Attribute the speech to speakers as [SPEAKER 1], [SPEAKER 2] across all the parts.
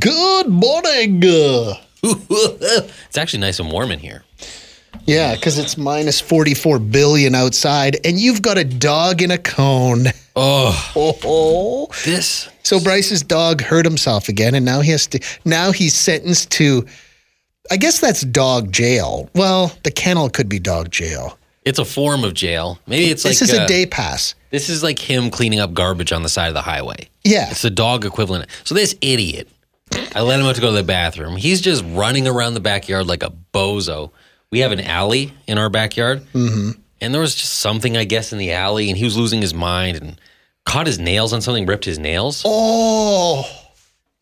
[SPEAKER 1] Good morning.
[SPEAKER 2] it's actually nice and warm in here.
[SPEAKER 1] Yeah, because it's minus 44 billion outside, and you've got a dog in a cone.
[SPEAKER 2] Oh,
[SPEAKER 1] Oh.
[SPEAKER 2] this.
[SPEAKER 1] So Bryce's dog hurt himself again, and now he has to. Now he's sentenced to. I guess that's dog jail. Well, the kennel could be dog jail.
[SPEAKER 2] It's a form of jail. Maybe it's
[SPEAKER 1] This
[SPEAKER 2] like
[SPEAKER 1] is a
[SPEAKER 2] uh,
[SPEAKER 1] day pass.
[SPEAKER 2] This is like him cleaning up garbage on the side of the highway.
[SPEAKER 1] Yeah.
[SPEAKER 2] It's the dog equivalent. So this idiot, I let him out to go to the bathroom. He's just running around the backyard like a bozo. We have an alley in our backyard, mm-hmm. and there was just something, I guess, in the alley, and he was losing his mind and caught his nails on something, ripped his nails.
[SPEAKER 1] Oh.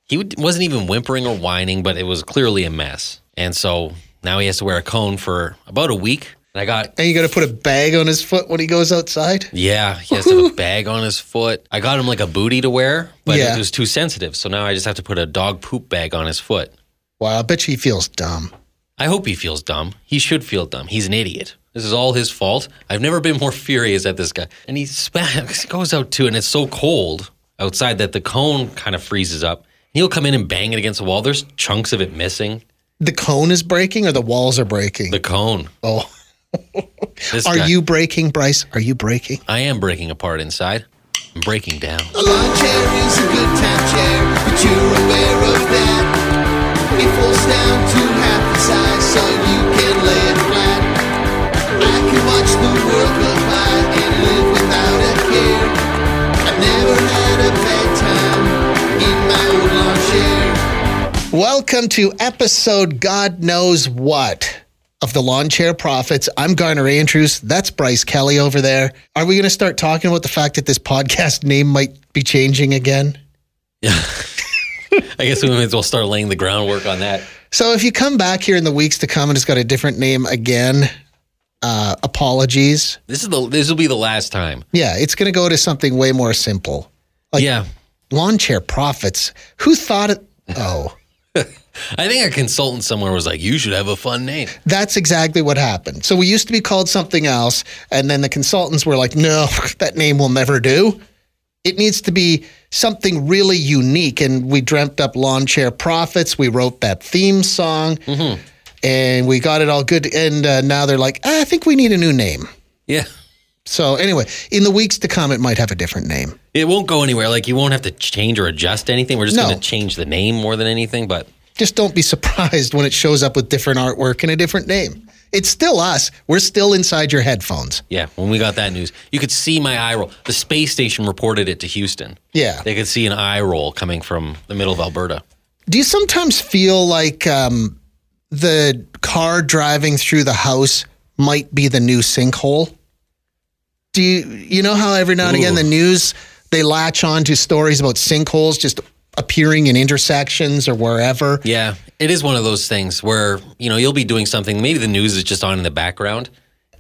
[SPEAKER 2] He would- wasn't even whimpering or whining, but it was clearly a mess. And so now he has to wear a cone for about a week. And I got
[SPEAKER 1] And you got to put a bag on his foot when he goes outside?
[SPEAKER 2] Yeah, he has to have a bag on his foot. I got him like a booty to wear, but
[SPEAKER 1] Yeah.
[SPEAKER 2] it was too sensitive. So now I just have to put a dog poop bag on his foot.
[SPEAKER 1] Wow, I bet you he feels dumb.
[SPEAKER 2] I hope he feels dumb. He should feel dumb. He's an idiot. This is all his fault. I've never been more furious at this guy. And he spa- goes out too, and it's so cold outside that the cone kind of freezes up. He'll come in and bang it against the wall. There's chunks of it missing.
[SPEAKER 1] The cone is breaking or the walls are breaking?
[SPEAKER 2] The cone.
[SPEAKER 1] oh.
[SPEAKER 2] This
[SPEAKER 1] Are
[SPEAKER 2] guy-
[SPEAKER 1] you breaking, Bryce? Are you breaking?
[SPEAKER 2] I am breaking apart inside. I'm breaking down.
[SPEAKER 3] A lawn chair is a good time chair, but you're aware of that. It falls down to half the size, so you can lay it flat. I can watch the world go by and live without a care. I never had a bad time in my old lawn chair.
[SPEAKER 1] Welcome to episode God knows what of the Lawn Chair Profits. I'm Garner Andrews. That's Bryce Kelly over there. Are we going to start talking about the fact that this podcast name might be changing again?
[SPEAKER 2] I guess we may as well start laying the groundwork on that.
[SPEAKER 1] So if you come back here in the weeks to come and it's got a different name again, uh, apologies.
[SPEAKER 2] This is the this will be the last time.
[SPEAKER 1] Yeah, it's going to go to something way more simple.
[SPEAKER 2] yeah.
[SPEAKER 1] Lawn Chair Profits. Who thought it? Oh,
[SPEAKER 2] I think a consultant somewhere was like, you should have a fun name.
[SPEAKER 1] that's exactly what happened. So we used to be called something else, and then the consultants were like, no, that name will never do. It needs to be something really unique. And we dreamt up Lawn Chair Profits. We wrote that theme song, and we got it all good. And uh, now they're like, "Ah, I think we need a new name.
[SPEAKER 2] Yeah.
[SPEAKER 1] So anyway, in the weeks to come, it might have a different name.
[SPEAKER 2] It won't go anywhere. Like, you won't have to change or adjust anything. We're just
[SPEAKER 1] No.
[SPEAKER 2] going to change the name more than anything. But
[SPEAKER 1] Just don't be surprised when it shows up with different artwork and a different name. It's still us. We're still inside your headphones.
[SPEAKER 2] yeah, when we got that news, you could see my eye roll. The space station reported it to Houston.
[SPEAKER 1] Yeah.
[SPEAKER 2] They could see an eye roll coming from the middle of Alberta.
[SPEAKER 1] Do you sometimes feel like um, the car driving through the house might be the new sinkhole? Do you you know how every now and again
[SPEAKER 2] Ooh.
[SPEAKER 1] the news they latch on to stories about sinkholes just appearing in intersections or wherever?
[SPEAKER 2] Yeah. It is one of those things where, you know, you'll be doing something. Maybe the news is just on in the background.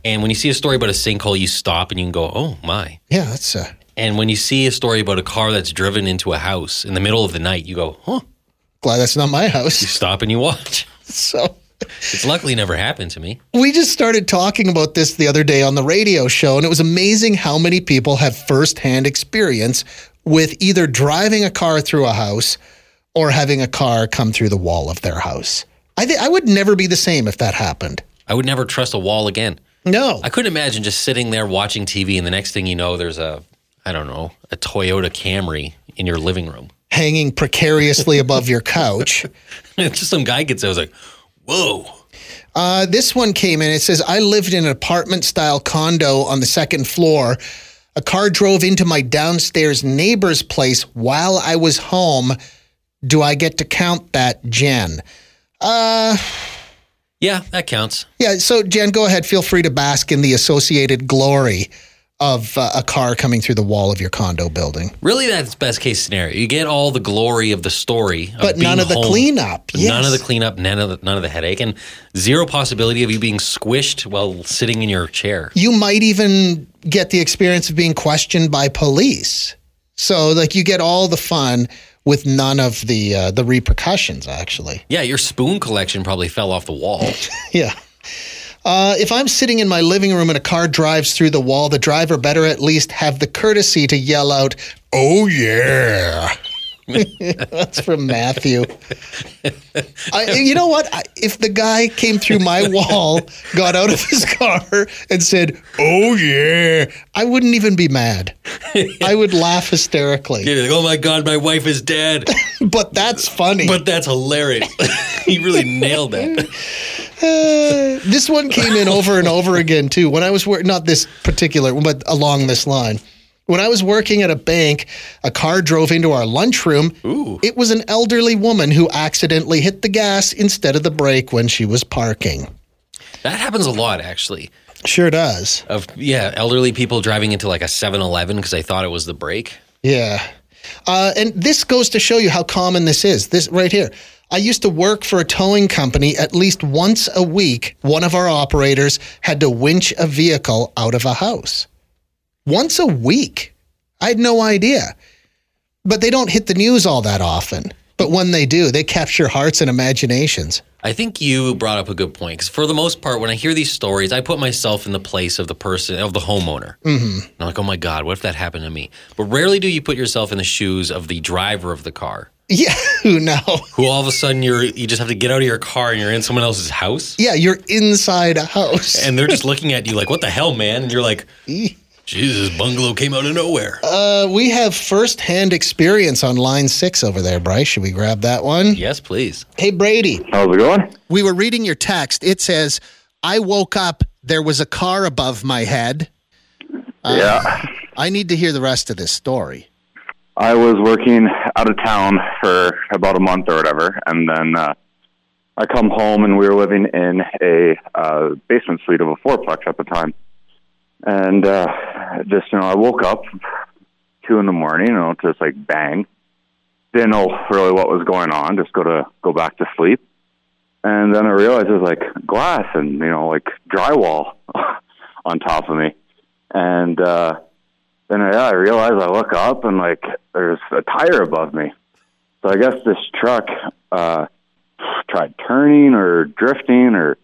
[SPEAKER 2] And when you see a story about a sinkhole, you stop and you can go, oh, my.
[SPEAKER 1] Yeah, that's uh,
[SPEAKER 2] And when you see a story about a car that's driven into a house in the middle of the night, you go, huh,
[SPEAKER 1] glad that's not my house.
[SPEAKER 2] stop and you watch.
[SPEAKER 1] So.
[SPEAKER 2] It's luckily never happened to me.
[SPEAKER 1] We just started talking about this the other day on the radio show, and it was amazing how many people have firsthand experience with either driving a car through a house or having a car come through the wall of their house. I think I would never be the same if that happened.
[SPEAKER 2] I would never trust a wall again.
[SPEAKER 1] No.
[SPEAKER 2] I couldn't imagine just sitting there watching TV and the next thing you know, there's a, I don't know, a Toyota Camry in your living room.
[SPEAKER 1] Hanging precariously above your couch.
[SPEAKER 2] It's just some guy gets there. I was like, whoa.
[SPEAKER 1] Uh, this one came in. It says, I lived in an apartment style condo on the second floor. A car drove into my downstairs neighbor's place while I was home. Do I get to count that, Jen?
[SPEAKER 2] Yeah, that counts.
[SPEAKER 1] Yeah, so Jen, go ahead. Feel free to bask in the associated glory of uh, a car coming through the wall of your condo building,
[SPEAKER 2] Really, that's best case scenario. You get all the glory of the story, of
[SPEAKER 1] but none
[SPEAKER 2] being
[SPEAKER 1] of the
[SPEAKER 2] home.
[SPEAKER 1] cleanup. Yes.
[SPEAKER 2] None of the cleanup, none of the, none of the headache, and zero possibility of you being squished while sitting in your chair.
[SPEAKER 1] you might even get the experience of being questioned by police. So, like, you get all the fun with none of the uh, the repercussions. Actually,
[SPEAKER 2] Yeah, your spoon collection probably fell off the wall.
[SPEAKER 1] yeah. Uh, if I'm sitting in my living room and a car drives through the wall, the driver better at least have the courtesy to yell out, "Oh yeah!" That's from Matthew. I, you know what? I, if the guy came through my wall, got out of his car, and said, "Oh yeah," I wouldn't even be mad. I would laugh hysterically.
[SPEAKER 2] You're like, oh my god, my wife is dead.
[SPEAKER 1] But that's funny.
[SPEAKER 2] But that's hilarious. he really nailed that.
[SPEAKER 1] Uh, this one came in over and over again too. When I was working, not this particular one, but along this line. When I was working at a bank, a car drove into our lunchroom.
[SPEAKER 2] Ooh.
[SPEAKER 1] It was an elderly woman who accidentally hit the gas instead of the brake when she was parking.
[SPEAKER 2] That happens a lot, actually.
[SPEAKER 1] Sure does.
[SPEAKER 2] Of yeah, elderly people driving into like a 7-Eleven because they thought it was the brake.
[SPEAKER 1] Yeah. Uh, and this goes to show you how common this is. This right here. I used to work for a towing company at least once a week. One of our operators had to winch a vehicle out of a house. Once a week. I had no idea. But they don't hit the news all that often. But when they do, they capture hearts and imaginations.
[SPEAKER 2] I think you brought up a good point because for the most part, when I hear these stories, I put myself in the place of the person of the homeowner. Mm-hmm. And I'm like, oh my god, what if that happened to me? But rarely do you put yourself in the shoes of the driver of the car,
[SPEAKER 1] Yeah, who know?
[SPEAKER 2] who all of a sudden you're you just have to get out of your car and you're in someone else's house,
[SPEAKER 1] Yeah, you're inside a house.
[SPEAKER 2] and they're just looking at you like, what the hell, man? And you're like, Jesus, bungalow came out of nowhere.
[SPEAKER 1] Uh, we have firsthand experience on line six over there, Bryce. Should we grab that one?
[SPEAKER 2] yes, please.
[SPEAKER 1] Hey, Brady,
[SPEAKER 4] How's it going?
[SPEAKER 1] we were reading your text. It says, I woke up, there was a car above my head.
[SPEAKER 4] Uh, yeah.
[SPEAKER 1] I need to hear the rest of this story.
[SPEAKER 4] I was working out of town for about a month or whatever, and then uh, I come home and we were living in a uh, basement suite of a fourplex at the time. And uh, just, you know, I woke up two in the morning, you know, just like bang. Didn't know really what was going on, just go to go back to sleep. And then I realized there's like glass and, you know, like drywall on top of me. And, uh, then yeah, I realize I look up and like there's a tire above me. So I guess this truck uh, tried turning or drifting or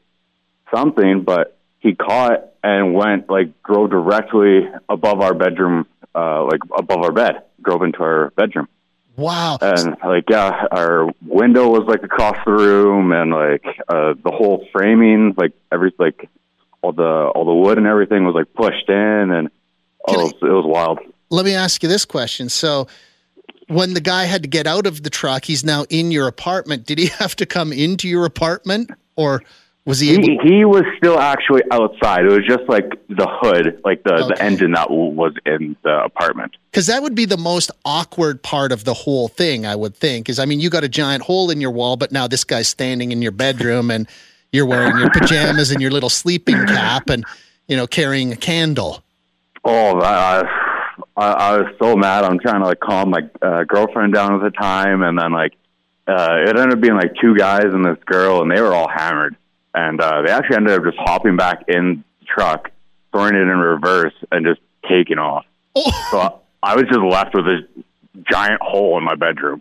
[SPEAKER 4] something, but he caught and went like drove directly above our bedroom, uh, like above our bed, drove into our bedroom,
[SPEAKER 1] Wow.
[SPEAKER 4] and like yeah, our window was like across the room, and like uh, the whole framing, like every like all the all the wood and everything was like pushed in, and oh, it was, it was wild.
[SPEAKER 1] Let me ask you this question. So, when the guy had to get out of the truck, he's now in your apartment. Did he have to come into your apartment or was he able?
[SPEAKER 4] He, he was still actually outside. It was just like the hood, like the,
[SPEAKER 1] Okay.
[SPEAKER 4] the engine that w- was in the apartment.
[SPEAKER 1] Because that would be the most awkward part of the whole thing, I would think. Is I mean, you got a giant hole in your wall, but now this guy's standing in your bedroom and you're wearing your pajamas and your little sleeping cap and, you know, carrying a candle.
[SPEAKER 4] Oh, I, I, I was so mad. I'm trying to like calm my uh, girlfriend down at the time, and then like uh, it ended up being like two guys and this girl, and they were all hammered, and uh, they actually ended up just hopping back in the truck, throwing it in reverse, and just taking off.
[SPEAKER 1] Oh,
[SPEAKER 4] So I, I was just left with this giant hole in my bedroom.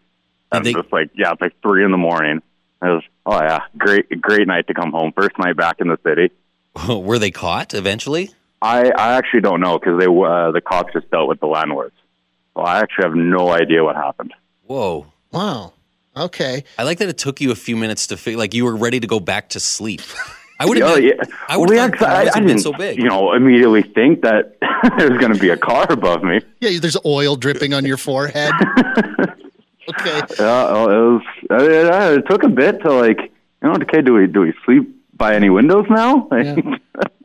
[SPEAKER 2] Did
[SPEAKER 4] And
[SPEAKER 2] they-
[SPEAKER 4] just like, yeah, it's like three in the morning. It was, oh yeah, great, great night to come home. First night back in the city.
[SPEAKER 2] Were they caught eventually?
[SPEAKER 4] I, I actually don't know because they, uh, the cops just dealt with the landlords. So I actually have no idea what happened.
[SPEAKER 2] Whoa.
[SPEAKER 1] wow. Okay.
[SPEAKER 2] I like that it took you a few minutes to figure, like you were ready to go back to sleep. I would have.
[SPEAKER 4] Oh, yeah.
[SPEAKER 2] I would
[SPEAKER 4] We
[SPEAKER 2] have
[SPEAKER 4] actually-
[SPEAKER 2] thought
[SPEAKER 4] I,
[SPEAKER 2] it
[SPEAKER 4] I
[SPEAKER 2] been
[SPEAKER 4] didn't,
[SPEAKER 2] so big.
[SPEAKER 4] you know, immediately think that there's going to be a car above me.
[SPEAKER 1] Yeah, there's oil dripping on your forehead. Okay.
[SPEAKER 4] Yeah, oh, it was. It, uh, it took a bit to like, you know, okay, do we do we sleep by any windows now? Like,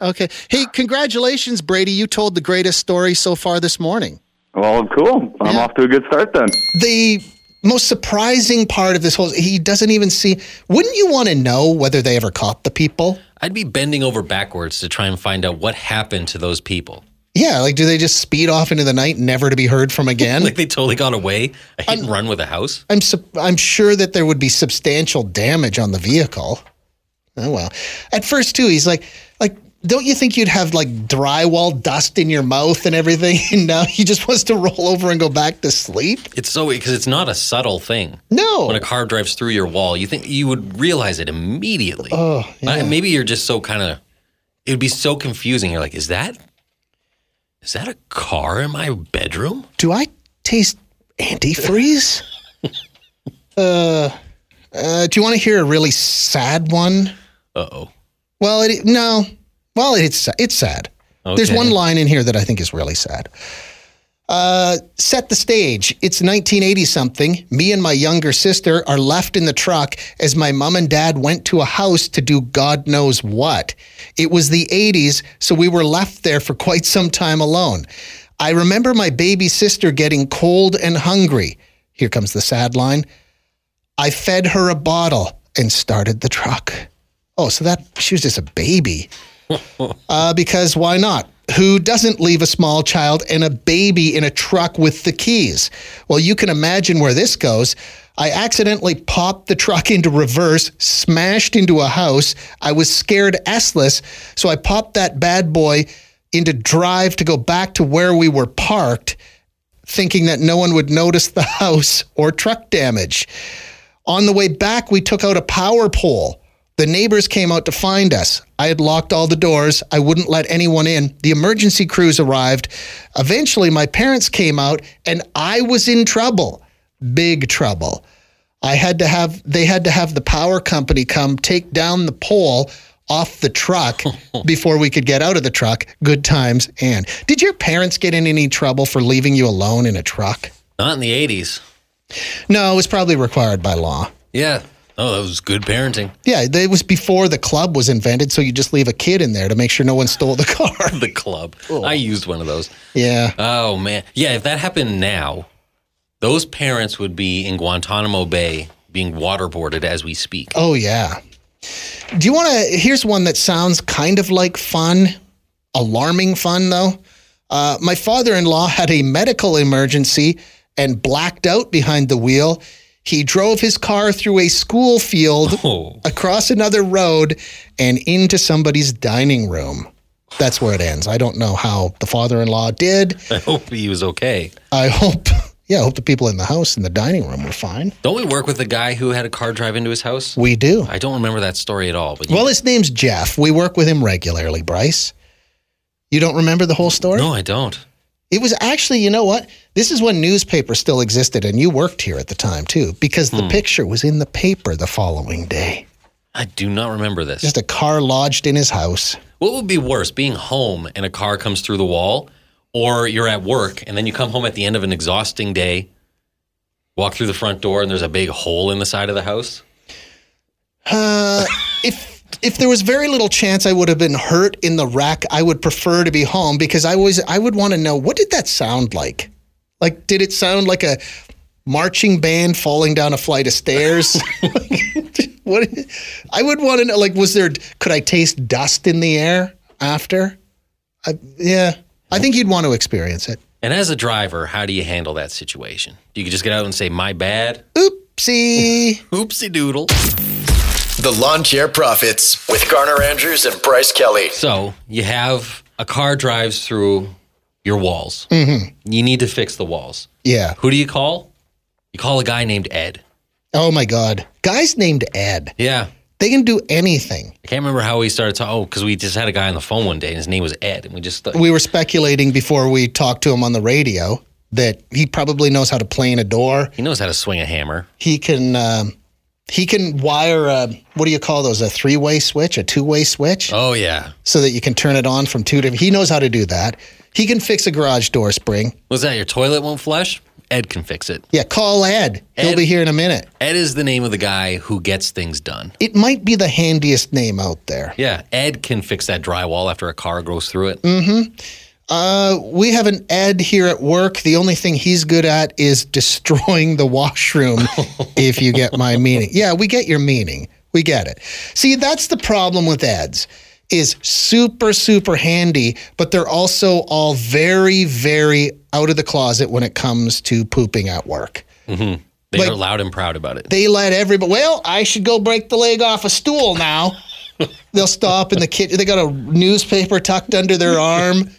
[SPEAKER 1] Okay. Hey, congratulations, Brady. You told the greatest story so far this morning.
[SPEAKER 4] Well, cool. I'm
[SPEAKER 1] Yeah.
[SPEAKER 4] off to a good start then.
[SPEAKER 1] the most surprising part of this whole he doesn't even see wouldn't you want to know whether they ever caught the people
[SPEAKER 2] I'd be bending over backwards to try and find out what happened to those people.
[SPEAKER 1] yeah like do they just speed off into the night never to be heard from again
[SPEAKER 2] Like they totally got away. A hit and run with a house.
[SPEAKER 1] i'm su- i'm sure that there would be substantial damage on the vehicle oh well at first too he's like like don't you think you'd have like drywall dust in your mouth and everything and now he just wants to roll over and go back to sleep
[SPEAKER 2] It's so because it's not a subtle thing.
[SPEAKER 1] no
[SPEAKER 2] When a car drives through your wall, you think you would realize it immediately. Oh, maybe you're just so kind of. It would be so confusing. You're like, is that, is that a car in my bedroom?
[SPEAKER 1] do i taste antifreeze Uh, do you want to hear a really sad one?
[SPEAKER 2] Uh oh.
[SPEAKER 1] Well, it, no. Well, it's it's sad. There's
[SPEAKER 2] Okay.
[SPEAKER 1] one line in here that I think is really sad. Uh, set the stage. It's 1980 something. Me and my younger sister are left in the truck as my mom and dad went to a house to do God knows what. It was the 80s, so we were left there for quite some time alone. I remember my baby sister getting cold and hungry. Here comes the sad line. I fed her a bottle and started the truck. Oh, so that she was just a baby. Uh, because why not? Who doesn't leave a small child and a baby in a truck with the keys? Well, you can imagine where this goes. I accidentally popped the truck into reverse, smashed into a house. I was scared S-less, so I popped that bad boy into drive to go back to where we were parked, thinking that no one would notice the house or truck damage. On the way back, we took out a power pole. The neighbors came out to find us. I had locked all the doors. I wouldn't let anyone in. The emergency crews arrived. Eventually, my parents came out, and I was in trouble big trouble. I had to have they had to have the power company come take down the pole off the truck before we could get out of the truck. Good times and did your parents get in any trouble for leaving you alone in a truck?
[SPEAKER 2] Not in the 80s.
[SPEAKER 1] No, it was probably required by law.
[SPEAKER 2] Yeah. Oh, that was good parenting.
[SPEAKER 1] Yeah, it was before the club was invented, so you just leave a kid in there to make sure no one stole the car.
[SPEAKER 2] The club. I used one of those.
[SPEAKER 1] yeah.
[SPEAKER 2] Oh, man. Yeah, if that happened now, those parents would be in Guantanamo Bay being waterboarded as we speak.
[SPEAKER 1] Oh yeah. Do you want to? Here's one that sounds kind of like fun, alarming fun though. Uh, my father-in-law had a medical emergency and blacked out behind the wheel. He drove his car through a school field,
[SPEAKER 2] Oh.
[SPEAKER 1] across another road, and into somebody's dining room. That's where it ends. I don't know how the father-in-law did.
[SPEAKER 2] I hope he was okay.
[SPEAKER 1] I hope, yeah, I hope the people in the house in the dining room were fine.
[SPEAKER 2] Don't we work with the guy who had a car drive into his house?
[SPEAKER 1] We do.
[SPEAKER 2] I don't remember that story at all. But
[SPEAKER 1] Well, his name's Jeff. We work with him regularly, Bryce. You don't remember the whole story?
[SPEAKER 2] no, I don't.
[SPEAKER 1] It was actually, you know what? This is when newspapers still existed, and you worked here at the time too, because the picture was in the paper the following day.
[SPEAKER 2] I do not remember this.
[SPEAKER 1] Just a car lodged in his house.
[SPEAKER 2] What would be worse, being home and a car comes through the wall, or you're at work and then you come home at the end of an exhausting day, walk through the front door and there's a big hole in the side of the house?
[SPEAKER 1] Uh, if if there was very little chance I would have been hurt in the wreck, I would prefer to be home because I was I would want to know what did that sound like? Like did it sound like a marching band falling down a flight of stairs? what I would want to know like was there could I taste dust in the air after? I, yeah. I think you'd want to experience it.
[SPEAKER 2] And as a driver, how do you handle that situation? Do you just get out and say, my bad?
[SPEAKER 1] Oopsie.
[SPEAKER 2] Oopsie doodle.
[SPEAKER 5] The Lawn Chair Profits with Garner Andrews and Bryce Kelly.
[SPEAKER 2] So you have a car drives through your walls. You need to fix the walls.
[SPEAKER 1] yeah.
[SPEAKER 2] Who do you call? You call a guy named Ed.
[SPEAKER 1] Oh my god. Guys named Ed.
[SPEAKER 2] Yeah.
[SPEAKER 1] They can do anything.
[SPEAKER 2] I can't remember how we started talking. Oh, because we just had a guy on the phone one day and his name was Ed. And we just,
[SPEAKER 1] we were speculating before we talked to him on the radio that he probably knows how to plane a door.
[SPEAKER 2] he knows how to swing a hammer.
[SPEAKER 1] He can um, he can wire a what do you call those a three way switch, a two way switch,
[SPEAKER 2] Oh, yeah.
[SPEAKER 1] so that you can turn it on from two different. He knows how to do that. He can fix a garage door spring.
[SPEAKER 2] Was that your toilet won't flush? Ed can fix it.
[SPEAKER 1] Yeah, call Ed. He'll
[SPEAKER 2] Ed-
[SPEAKER 1] be here in a minute.
[SPEAKER 2] Ed is the name of the guy who gets things done.
[SPEAKER 1] It might be the handiest name out there.
[SPEAKER 2] Yeah, Mm, Ed can fix that drywall after a car goes through it.
[SPEAKER 1] Uh, we have an Ed here at work. The only thing he's good at is destroying the washroom, if you get my meaning. Yeah, we get your meaning. We get it. See, that's the problem with Eds is super super handy, but they're also all very very out of the closet when it comes to pooping at work.
[SPEAKER 2] They
[SPEAKER 1] Like-
[SPEAKER 2] are loud and proud about it.
[SPEAKER 1] They let everybody, well, I should go break the leg off a stool now. They'll stop in the kitchen. They got a newspaper tucked under their arm.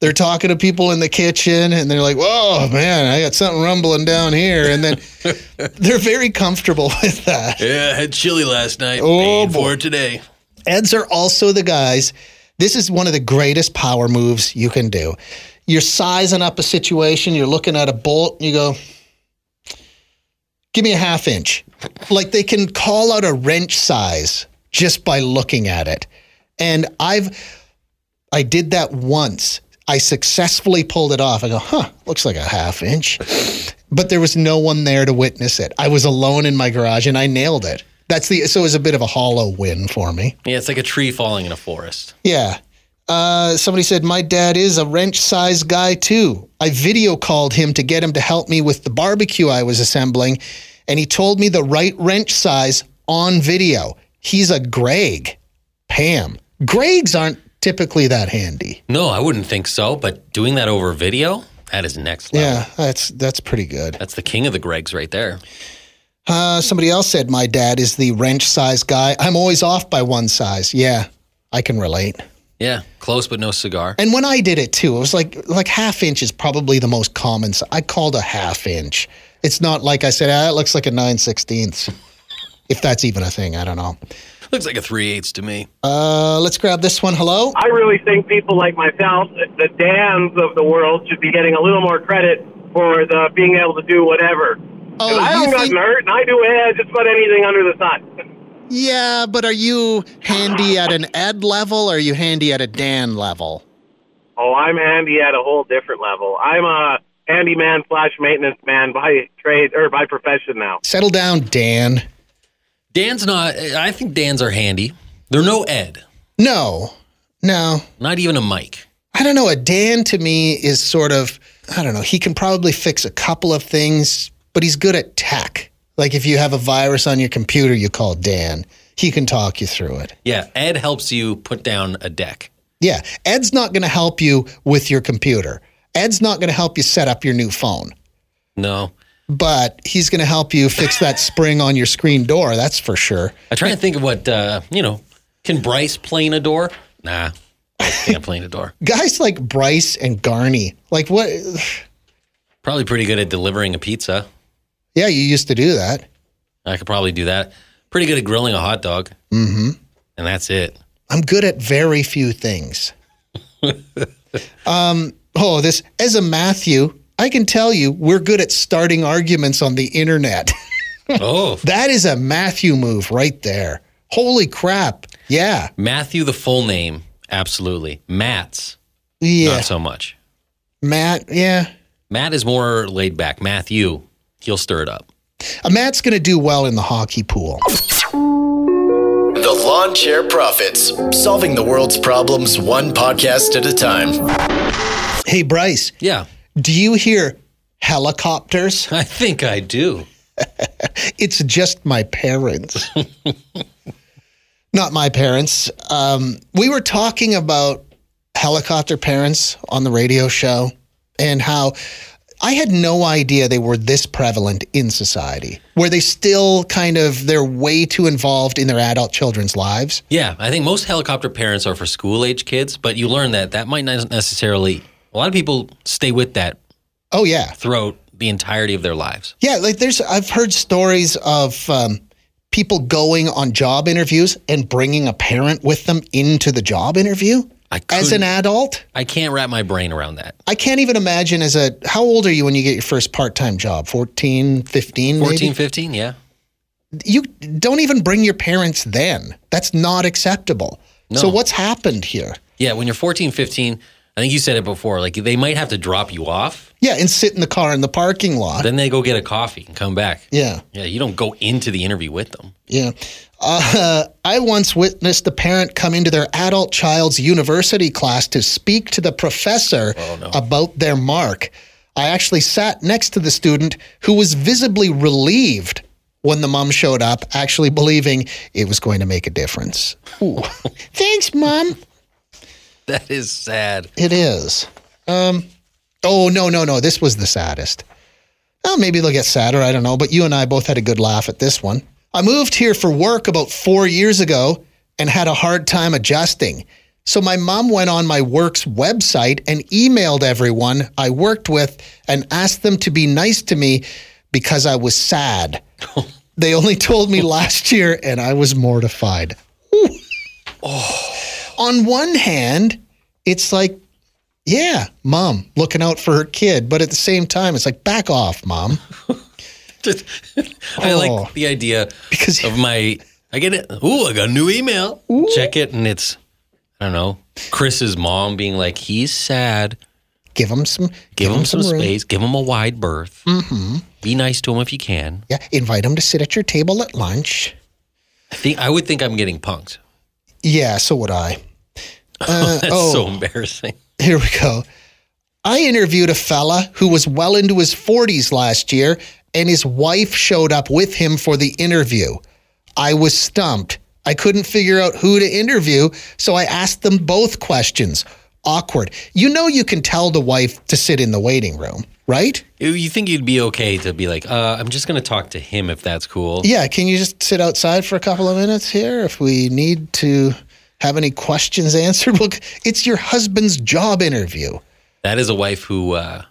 [SPEAKER 1] They're talking to people in the kitchen and they're like, whoa, man, I got something rumbling down here. And then they're very comfortable with that.
[SPEAKER 2] Yeah, I had chili last night.
[SPEAKER 1] Oh, paying for boy.
[SPEAKER 2] it today.
[SPEAKER 1] Eds are also the guys. This is one of the greatest power moves you can do. You're sizing up a situation, you're looking at a bolt, and you go, give me a half inch. Like they can call out a wrench size just by looking at it. And I've, I did that once. I successfully pulled it off. I go, huh, looks like a half inch. But there was no one there to witness it. I was alone in my garage and I nailed it. That's the, so it was a bit of a hollow win for me.
[SPEAKER 2] Yeah, it's like a tree falling in a forest.
[SPEAKER 1] Yeah. Uh, somebody said, My dad is a wrench sized guy, too. I video called him to get him to help me with the barbecue I was assembling, and he told me the right wrench size on video. He's a Greg. Pam. Gregs aren't typically that handy.
[SPEAKER 2] No, I wouldn't think so, but doing that over video, that is next level.
[SPEAKER 1] Yeah, that's that's pretty good.
[SPEAKER 2] That's the king of the Gregs right there.
[SPEAKER 1] Uh, somebody else said my dad is the wrench size guy. I'm always off by one size. Yeah, I can relate.
[SPEAKER 2] Yeah, close but no cigar.
[SPEAKER 1] And when I did it too, it was like like half inch is probably the most common. si- I called a half inch. It's not like I said, ah, it looks like a nine sixteenths. If that's even a thing, I don't know.
[SPEAKER 2] Looks like a three eighths to me.
[SPEAKER 1] Uh, let's grab this one. Hello.
[SPEAKER 6] I really think people like myself, the dams of the world, should be getting a little more credit for the being able to do whatever. 'Cause
[SPEAKER 1] Oh,
[SPEAKER 6] I
[SPEAKER 1] you
[SPEAKER 6] don't got
[SPEAKER 1] think-
[SPEAKER 6] hurt, and I do eh, just about anything under the sun.
[SPEAKER 1] Yeah, but are you handy at an Ed level? Or are you handy at a Dan level?
[SPEAKER 6] Oh, I'm handy at a whole different level. I'm a handyman slash maintenance man by trade or by profession now.
[SPEAKER 1] Settle down, Dan.
[SPEAKER 2] Dan's not, I think Dan's are handy. They're no Ed,
[SPEAKER 1] No, no.
[SPEAKER 2] not even a Mike.
[SPEAKER 1] I don't know. A Dan to me is sort of, I don't know, he can probably fix a couple of things, but he's good at tech. Like if you have a virus on your computer, you call Dan, he can talk you through it.
[SPEAKER 2] Yeah, Ed helps you put down a deck.
[SPEAKER 1] Yeah. Ed's not going to help you with your computer, Ed's not going to help you set up your new phone,
[SPEAKER 2] No.
[SPEAKER 1] but he's going to help you fix that spring on your screen door. That's for sure.
[SPEAKER 2] I try to think of what, uh, you know, can Bryce plane a door? Nah, Bryce can't plane a door.
[SPEAKER 1] Guys like Bryce and Garney, like what?
[SPEAKER 2] Probably pretty good at delivering a pizza.
[SPEAKER 1] Yeah, you used to do that.
[SPEAKER 2] I could probably do that. Pretty good at grilling a hot dog. Mm-hmm. And that's it.
[SPEAKER 1] I'm good at very few things. um, oh, this as a Matthew, I can tell you we're good at starting arguments on the internet.
[SPEAKER 2] Oh,
[SPEAKER 1] that is a Matthew move right there. Holy crap. Yeah.
[SPEAKER 2] Matthew, the full name. Absolutely. Matt's,
[SPEAKER 1] Yeah.
[SPEAKER 2] not so much.
[SPEAKER 1] Matt, yeah.
[SPEAKER 2] Matt is more laid back. Matthew, he'll stir it up.
[SPEAKER 1] Uh, Matt's going to do well in the hockey pool.
[SPEAKER 5] The Lawn Chair Profits, solving the world's problems one podcast at a time.
[SPEAKER 1] Hey, Bryce,
[SPEAKER 2] Yeah,
[SPEAKER 1] do you hear helicopters?
[SPEAKER 2] I think I do.
[SPEAKER 1] It's just my parents. Not my parents. Um, we were talking about helicopter parents on the radio show and how I had no idea they were this prevalent in society, where they still kind of, they're way too involved in their adult children's lives.
[SPEAKER 2] Yeah, I think most helicopter parents are for school age kids, but you learn that that might not necessarily, a lot of people stay with that
[SPEAKER 1] Oh, yeah.
[SPEAKER 2] throughout the entirety of their lives.
[SPEAKER 1] Yeah, like there's I've heard stories of um, people going on job interviews and bringing a parent with them into the job interview
[SPEAKER 2] I
[SPEAKER 1] as an
[SPEAKER 2] couldn't-
[SPEAKER 1] adult.
[SPEAKER 2] I can't wrap my brain around that.
[SPEAKER 1] I can't even imagine as a how old are you when you get your first part-time job? 14, 15 maybe?
[SPEAKER 2] 14, 15, yeah.
[SPEAKER 1] You don't even bring your parents then. That's not acceptable. So
[SPEAKER 2] No.
[SPEAKER 1] what's happened here?
[SPEAKER 2] Yeah, when you're 14, 15, I think you said it before, like they might have to drop you off,
[SPEAKER 1] Yeah, and sit in the car in the parking lot.
[SPEAKER 2] then they go get a coffee and come back.
[SPEAKER 1] Yeah.
[SPEAKER 2] Yeah, you don't go into the interview with them.
[SPEAKER 1] Yeah. Uh, I once witnessed a parent come into their adult child's university class to speak to the professor about their mark. I actually sat next to the student who was visibly relieved when the mom showed up, actually believing it was going to make a difference. Ooh. Thanks, mom.
[SPEAKER 2] That is sad.
[SPEAKER 1] It is. Um, oh, no, no, no. This was the saddest. Well, maybe they'll get sadder. I don't know. But you and I both had a good laugh at this one. I moved here for work about four years ago and had a hard time adjusting. So my mom went on my work's website and emailed everyone I worked with and asked them to be nice to me because I was sad. they only told me last year and I was mortified. Ooh. On one hand, it's like, yeah, mom looking out for her kid, but at the same time, it's like, back off, mom.
[SPEAKER 2] Just- I
[SPEAKER 1] Oh.
[SPEAKER 2] like the idea
[SPEAKER 1] Because-
[SPEAKER 2] of my. I get it. Ooh, I got a new email. Check it, and it's I don't know Chris's mom being like, he's sad.
[SPEAKER 1] Give him some.
[SPEAKER 2] Give, him, some,
[SPEAKER 1] room.
[SPEAKER 2] space. Give him a wide berth. Mm-hmm. Be nice to him if you can.
[SPEAKER 1] Yeah, invite him to sit at your table at lunch.
[SPEAKER 2] I think I would think I'm getting punked.
[SPEAKER 1] Yeah, so would I. Uh,
[SPEAKER 2] That's
[SPEAKER 1] oh,
[SPEAKER 2] so embarrassing.
[SPEAKER 1] here we go. I interviewed a fella who was well into his 40s last year, and his wife showed up with him for the interview. I was stumped. I couldn't figure out who to interview, so I asked them both questions. Awkward. You know, you can tell the wife to sit in the waiting room, right?
[SPEAKER 2] You- You think you'd be okay to be like, uh, I'm just going to talk to him if that's cool.
[SPEAKER 1] Yeah, can you just sit outside for a couple of minutes here if we need to have any questions answered? Look, it's your husband's job interview.
[SPEAKER 2] That is a wife who uh,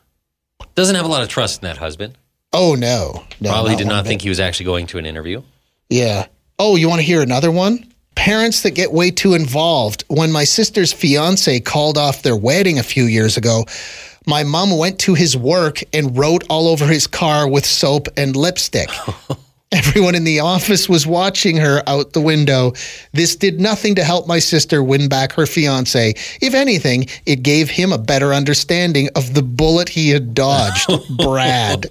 [SPEAKER 2] doesn't have a lot of trust in that husband.
[SPEAKER 1] Oh no, no
[SPEAKER 2] Probably did
[SPEAKER 1] one
[SPEAKER 2] not
[SPEAKER 1] bit.
[SPEAKER 2] think he was actually going to an interview.
[SPEAKER 1] Yeah. Oh, you want to hear another one? Parents that get way too involved. When my sister's fiance called off their wedding a few years ago, my mom went to his work and wrote all over his car with soap and lipstick. Everyone in the office was watching her out the window. This did nothing to help my sister win back her fiance. If anything, it gave him a better understanding of the bullet he had dodged. Brad.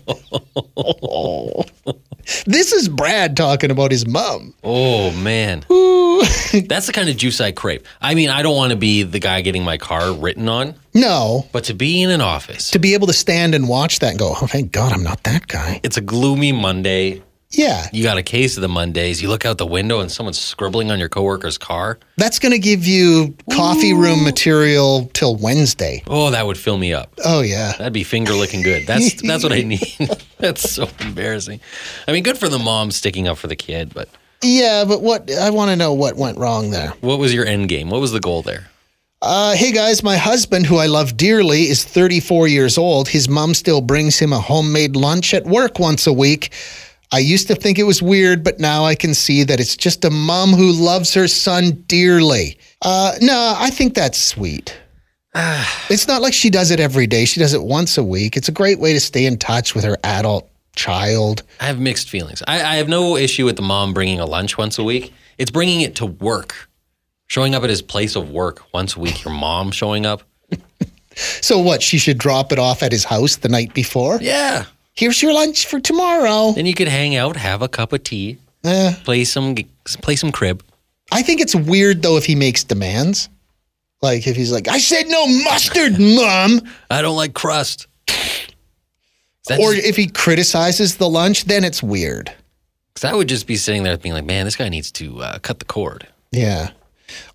[SPEAKER 1] This is Brad talking about his mom.
[SPEAKER 2] Oh man, that's the kind of juice I crave. I mean, I don't want to be the guy getting my car written on,
[SPEAKER 1] No,
[SPEAKER 2] but to be in an office,
[SPEAKER 1] to be able to stand and watch that and go, oh, thank God I'm not that guy.
[SPEAKER 2] it's a gloomy Monday.
[SPEAKER 1] Yeah,
[SPEAKER 2] You got a case of the Mondays. You look out the window and someone's scribbling on your coworker's car.
[SPEAKER 1] that's going to give you coffee room material till Wednesday.
[SPEAKER 2] Oh, that would fill me up.
[SPEAKER 1] Oh, yeah.
[SPEAKER 2] That'd be finger licking good. That's that's what I need. that's so embarrassing. I mean, good for the mom sticking up for the kid, but
[SPEAKER 1] Yeah, but what I want to know what went wrong there.
[SPEAKER 2] what was your end game? What was the goal there?
[SPEAKER 1] Uh, hey guys, my husband, who I love dearly, is 34 years old. His mom still brings him a homemade lunch at work once a week. I used to think it was weird, but now I can see that it's just a mom who loves her son dearly. Uh, no, I think that's sweet. it's not like she does it every day, she does it once a week. It's a great way to stay in touch with her adult child.
[SPEAKER 2] I have mixed feelings. I, I have no issue with the mom bringing a lunch once a week. It's bringing it to work, showing up at his place of work once a week. Your mom showing up.
[SPEAKER 1] So, what? She should drop it off at his house the night before?
[SPEAKER 2] Yeah.
[SPEAKER 1] Here's your lunch for tomorrow.
[SPEAKER 2] Then you could hang out, have a cup of tea,
[SPEAKER 1] Eh.
[SPEAKER 2] play some play some crib.
[SPEAKER 1] I think it's weird though if he makes demands. Like if he's like, I said no mustard, mom.
[SPEAKER 2] I don't like crust. That's,
[SPEAKER 1] Or if he criticizes the lunch, then it's weird.
[SPEAKER 2] I would just be sitting there being like, man, this guy needs to uh, cut the cord.
[SPEAKER 1] Yeah.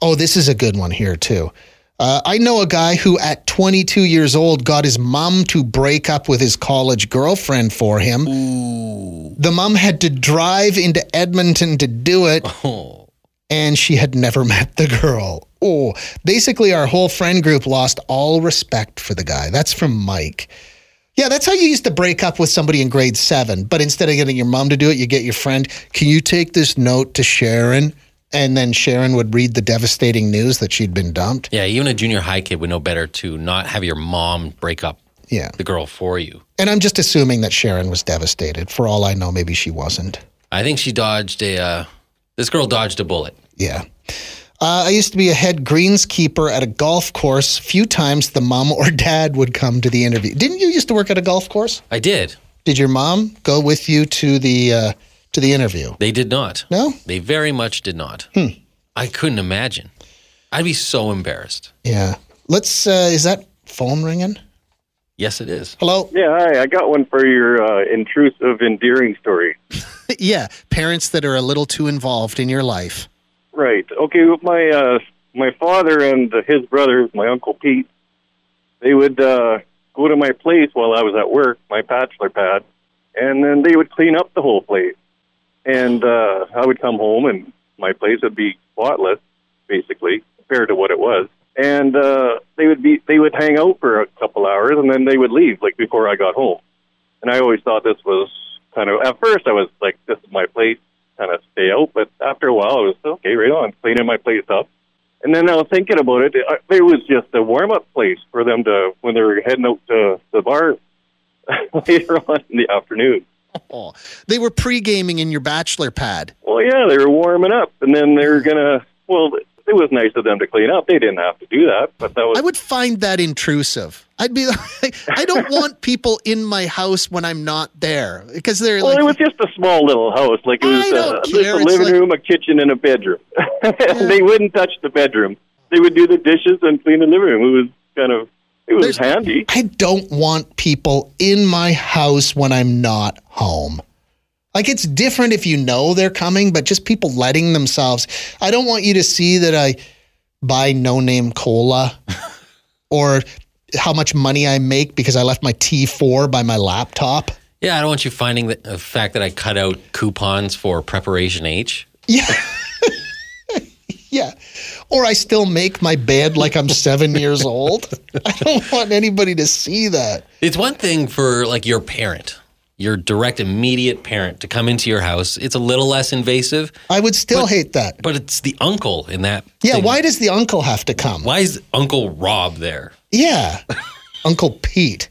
[SPEAKER 1] Oh, this is a good one here too. Uh, I know a guy who, at 22 years old, got his mom to break up with his college girlfriend for him. The mom had to drive into Edmonton to do it.
[SPEAKER 2] Oh,
[SPEAKER 1] and she had never met the girl. Oh, basically, our whole friend group lost all respect for the guy. That's from Mike. Yeah, that's how you used to break up with somebody in grade seven. But instead of getting your mom to do it, you get your friend, can you take this note to Sharon? And then Sharon would read the devastating news that she'd been dumped.
[SPEAKER 2] yeah. Even a junior high kid would know better to not have your mom break up
[SPEAKER 1] Yeah.
[SPEAKER 2] the girl for you.
[SPEAKER 1] And I'm just assuming that Sharon was devastated. For all I know, maybe she wasn't.
[SPEAKER 2] I think she dodged a. Uh, this girl dodged a bullet.
[SPEAKER 1] Yeah. Uh, I used to be a head greenskeeper at a golf course. Few times the mom or dad would come to the interview. Didn't you used to work at a golf course?
[SPEAKER 2] I did.
[SPEAKER 1] Did your mom go with you to the uh, to the interview?
[SPEAKER 2] They did not.
[SPEAKER 1] No.
[SPEAKER 2] They very much did not.
[SPEAKER 1] Hmm.
[SPEAKER 2] I couldn't imagine. I'd be so embarrassed.
[SPEAKER 1] Yeah. Let's. Uh, is that phone ringing?
[SPEAKER 2] Yes, it is.
[SPEAKER 1] Hello.
[SPEAKER 7] Yeah, hi. I got one for your uh, intrusive, endearing story.
[SPEAKER 1] yeah. Parents that are a little too involved in your life.
[SPEAKER 7] Right. Okay. With my uh, my father and his brother, my uncle Pete, they would uh, go to my place while I was at work, my bachelor pad, and then they would clean up the whole place. And uh, I would come home, and my place would be spotless, basically compared to what it was. And uh, they would be they would hang out for a couple hours, and then they would leave like before I got home. And I always thought this was kind of at first I was like, this is my place kind of stay out. But after a while, I was okay, right on, cleaning my place up. And then I was thinking about it. I- It was just a warm up place for them to when they were heading out to the bar later on in the afternoon.
[SPEAKER 1] They were pre gaming in your bachelor pad.
[SPEAKER 7] Well, yeah, they were warming up, and then they were gonna. Well, it was nice of them to clean up. They didn't have to do that, but that was
[SPEAKER 1] I would find that intrusive. I'd be like, I don't want people in my house when I'm not there because they're
[SPEAKER 7] Well,
[SPEAKER 1] like,
[SPEAKER 7] it was just a small little house. Like it
[SPEAKER 1] I
[SPEAKER 7] was
[SPEAKER 1] don't
[SPEAKER 7] uh, just
[SPEAKER 1] care.
[SPEAKER 7] a
[SPEAKER 1] It's
[SPEAKER 7] living
[SPEAKER 1] like-
[SPEAKER 7] room, a kitchen, and a bedroom. And they wouldn't touch the bedroom. They would do the dishes and clean the living room. It was kind of it
[SPEAKER 1] There's-
[SPEAKER 7] was handy.
[SPEAKER 1] I don't want people in my house when I'm not home. Like it's different if you know they're coming, but just people letting themselves. I don't want you to see that I buy no name cola or how much money I make because I left my T4 by my laptop.
[SPEAKER 2] Yeah, I don't want you finding the, the fact that I cut out coupons for Preparation H.
[SPEAKER 1] Yeah. yeah. Or I still make my bed like I'm seven years old. I don't want anybody to see that.
[SPEAKER 2] It's one thing for like your parent, your direct immediate parent to come into your house. It's a little less invasive,
[SPEAKER 1] I would still hate that.
[SPEAKER 2] but it's the uncle in that.
[SPEAKER 1] Yeah,
[SPEAKER 2] thing.
[SPEAKER 1] why does the uncle have to come?
[SPEAKER 2] Why is Uncle Rob there?
[SPEAKER 1] Yeah. Uncle Pete.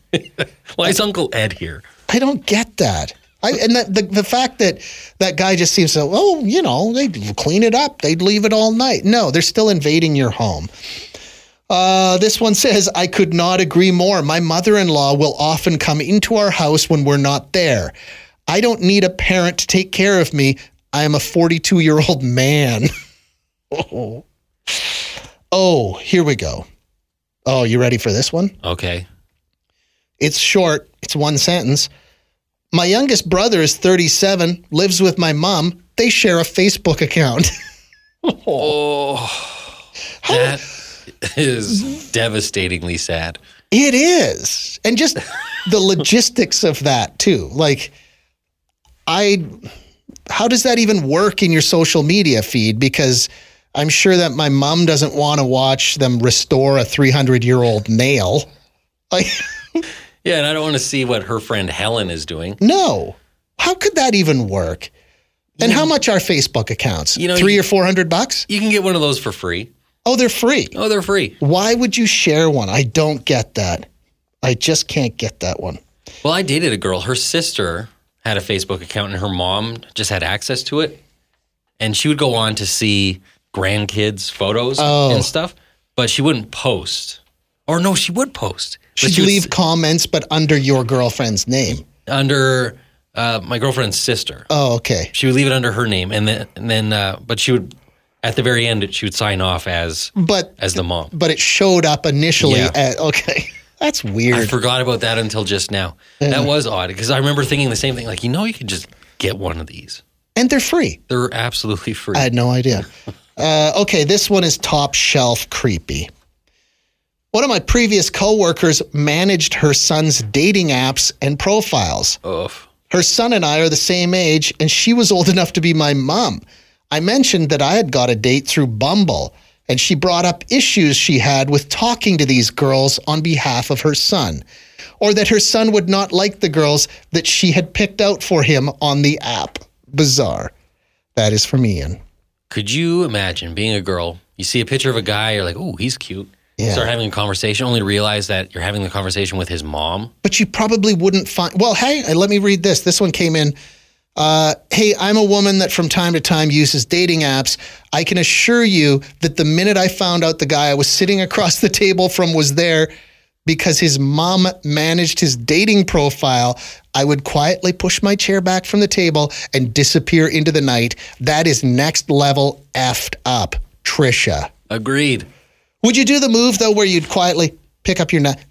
[SPEAKER 2] Why is Uncle Ed here?
[SPEAKER 1] I don't get that. I, and that, the, the fact that that guy just seems so, oh, you know, they'd clean it up, they'd leave it all night. No, they're still invading your home. Uh, this one says, I could not agree more. My mother in law will often come into our house when we're not there. I don't need a parent to take care of me. I am a 42 year old man. oh. oh, here we go. Oh, you ready for this one?
[SPEAKER 2] Okay.
[SPEAKER 1] It's short, it's one sentence. My youngest brother is 37, lives with my mom. They share a Facebook account.
[SPEAKER 2] Oh, that is devastatingly sad.
[SPEAKER 1] it is. And just the logistics of that, too. Like, I, how does that even work in your social media feed? Because I'm sure that my mom doesn't want to watch them restore a 300 year old nail. Like,
[SPEAKER 2] Yeah, and I don't want to see what her friend Helen is doing.
[SPEAKER 1] no. How could that even work? And how much are Facebook accounts?
[SPEAKER 2] You know,
[SPEAKER 1] Three
[SPEAKER 2] you-
[SPEAKER 1] or 400 bucks?
[SPEAKER 2] You can get one of those for free.
[SPEAKER 1] Oh, they're free.
[SPEAKER 2] Oh, they're free.
[SPEAKER 1] Why would you share one? I don't get that. I just can't get that one.
[SPEAKER 2] Well, I dated a girl. Her sister had a Facebook account, and her mom just had access to it. And she would go on to see grandkids' photos
[SPEAKER 1] Oh.
[SPEAKER 2] and stuff, but she wouldn't post. Or no, she would post. But
[SPEAKER 1] Should
[SPEAKER 2] she would
[SPEAKER 1] leave comments, but under your girlfriend's name.
[SPEAKER 2] s- under uh, my girlfriend's sister.
[SPEAKER 1] Oh, okay.
[SPEAKER 2] She would leave it under her name, and then and then, uh, but she would at the very end she would sign off as
[SPEAKER 1] But
[SPEAKER 2] as the mom.
[SPEAKER 1] but it showed up initially.
[SPEAKER 2] Yeah.
[SPEAKER 1] At, okay, that's
[SPEAKER 2] I
[SPEAKER 1] weird.
[SPEAKER 2] forgot about that until just now. That was odd because I remember thinking the same thing. Like you know, you could just get one of these.
[SPEAKER 1] and they're free.
[SPEAKER 2] They're absolutely free.
[SPEAKER 1] I had no idea. Uh, okay, this one is top shelf creepy. One of my previous coworkers managed her son's dating apps and profiles.
[SPEAKER 2] Oof.
[SPEAKER 1] Her son and I are the same age, and she was old enough to be my mom. I mentioned that I had got a date through Bumble, and she brought up issues she had with talking to these girls on behalf of her son, or that her son would not like the girls that she had picked out for him on the app. Bizarre. That is from Ian.
[SPEAKER 2] Could you imagine being a girl? You see a picture of a guy, you're like, oh, he's cute.
[SPEAKER 1] Yeah.
[SPEAKER 2] Start having a conversation, only to realize that you're having the conversation with his mom.
[SPEAKER 1] but you probably wouldn't find. Well, hey, uh, let me read this. This one came in. Uh, hey, I'm a woman that from time to time uses dating apps. I can assure you that the minute I found out the guy I was sitting across the table from was there because his mom managed his dating profile, I would quietly push my chair back from the table and disappear into the night. That is next level effed up, Trisha.
[SPEAKER 2] Agreed.
[SPEAKER 1] Would you do the move though, where you'd quietly pick up your nut,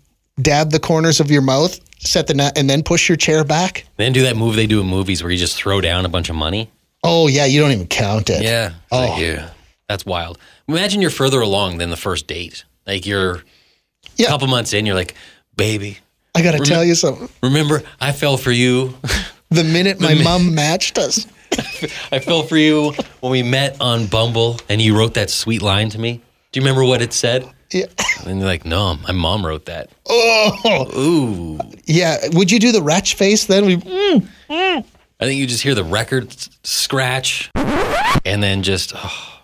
[SPEAKER 1] dab the corners of your mouth, set the nut, and then push your chair back?
[SPEAKER 2] Then do that move they do in movies where you just throw down a bunch of money.
[SPEAKER 1] Oh yeah, you don't even count it.
[SPEAKER 2] Yeah. It's like, yeah. That's wild. Imagine you're further along than the first date. Like you're
[SPEAKER 1] Yeah.
[SPEAKER 2] a couple months in, you're like, baby,
[SPEAKER 1] I gotta tell you something.
[SPEAKER 2] remember I fell for you.
[SPEAKER 1] The minute my mom matched us,
[SPEAKER 2] I fell for you when we met on Bumble and you wrote that sweet line to me. Do you remember what it said?
[SPEAKER 1] yeah.
[SPEAKER 2] And you're like, no, my mom wrote that.
[SPEAKER 1] Oh
[SPEAKER 2] Ooh.
[SPEAKER 1] yeah. Would you do the ratch face then? We
[SPEAKER 2] I think you just hear the record s- scratch and then just oh,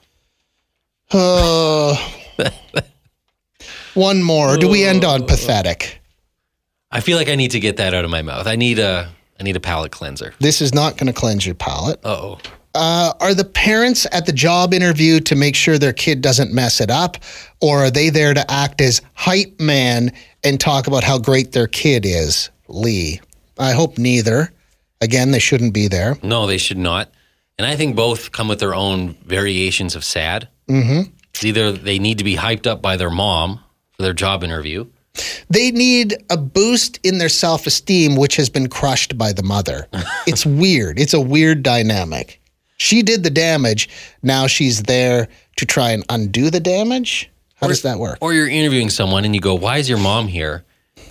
[SPEAKER 1] uh, one more. Do we end on pathetic?
[SPEAKER 2] I feel like I need to get that out of my mouth. I need a I I need a palate cleanser.
[SPEAKER 1] This is not going to cleanse your palate.
[SPEAKER 2] Uh oh.
[SPEAKER 1] Uh, are the parents at the job interview to make sure their kid doesn't mess it up, or are they there to act as hype man and talk about how great their kid is? Lee, I hope neither. Again, they shouldn't be there.
[SPEAKER 2] No, they should not. And I think both come with their own variations of sad. Mm-hmm. It's either they need to be hyped up by their mom for their job interview.
[SPEAKER 1] They need a boost in their self esteem, which has been crushed by the mother. it's weird. It's a weird dynamic. She did the damage. Now she's there to try and undo the damage. How does that work?
[SPEAKER 2] Or you're interviewing someone and you go, "Why is your mom here?"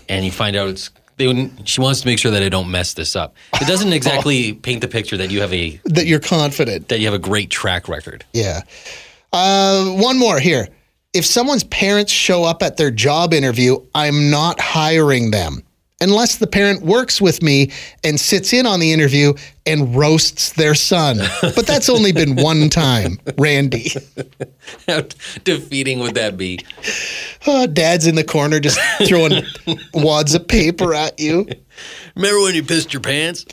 [SPEAKER 2] And you find out it's they. wouldn't- She wants to make sure that I don't mess this up. It doesn't exactly paint the picture that you have a
[SPEAKER 1] That you're confident.
[SPEAKER 2] that you have a great track record.
[SPEAKER 1] Yeah. Uh, one more here. If someone's parents show up at their job interview, I'm not hiring them unless the parent works with me and sits in on the interview and roasts their son. But that's only been one time, Randy.
[SPEAKER 2] How defeating would that be?
[SPEAKER 1] Oh, dad's in the corner just throwing wads of paper at you.
[SPEAKER 2] Remember when you pissed your pants?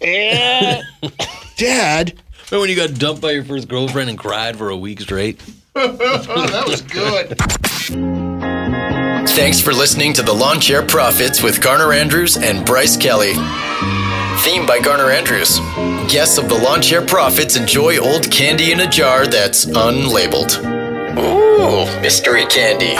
[SPEAKER 1] Dad,
[SPEAKER 2] Remember when you got dumped by your first girlfriend and cried for a week straight?
[SPEAKER 5] Thanks for listening to the Lawn Chair Profits with Garner Andrews and Bryce Kelly. Theme by Garner Andrews. Guests of the Lawn Chair Profits enjoy old candy in a jar that's unlabeled. Ooh, mystery candy.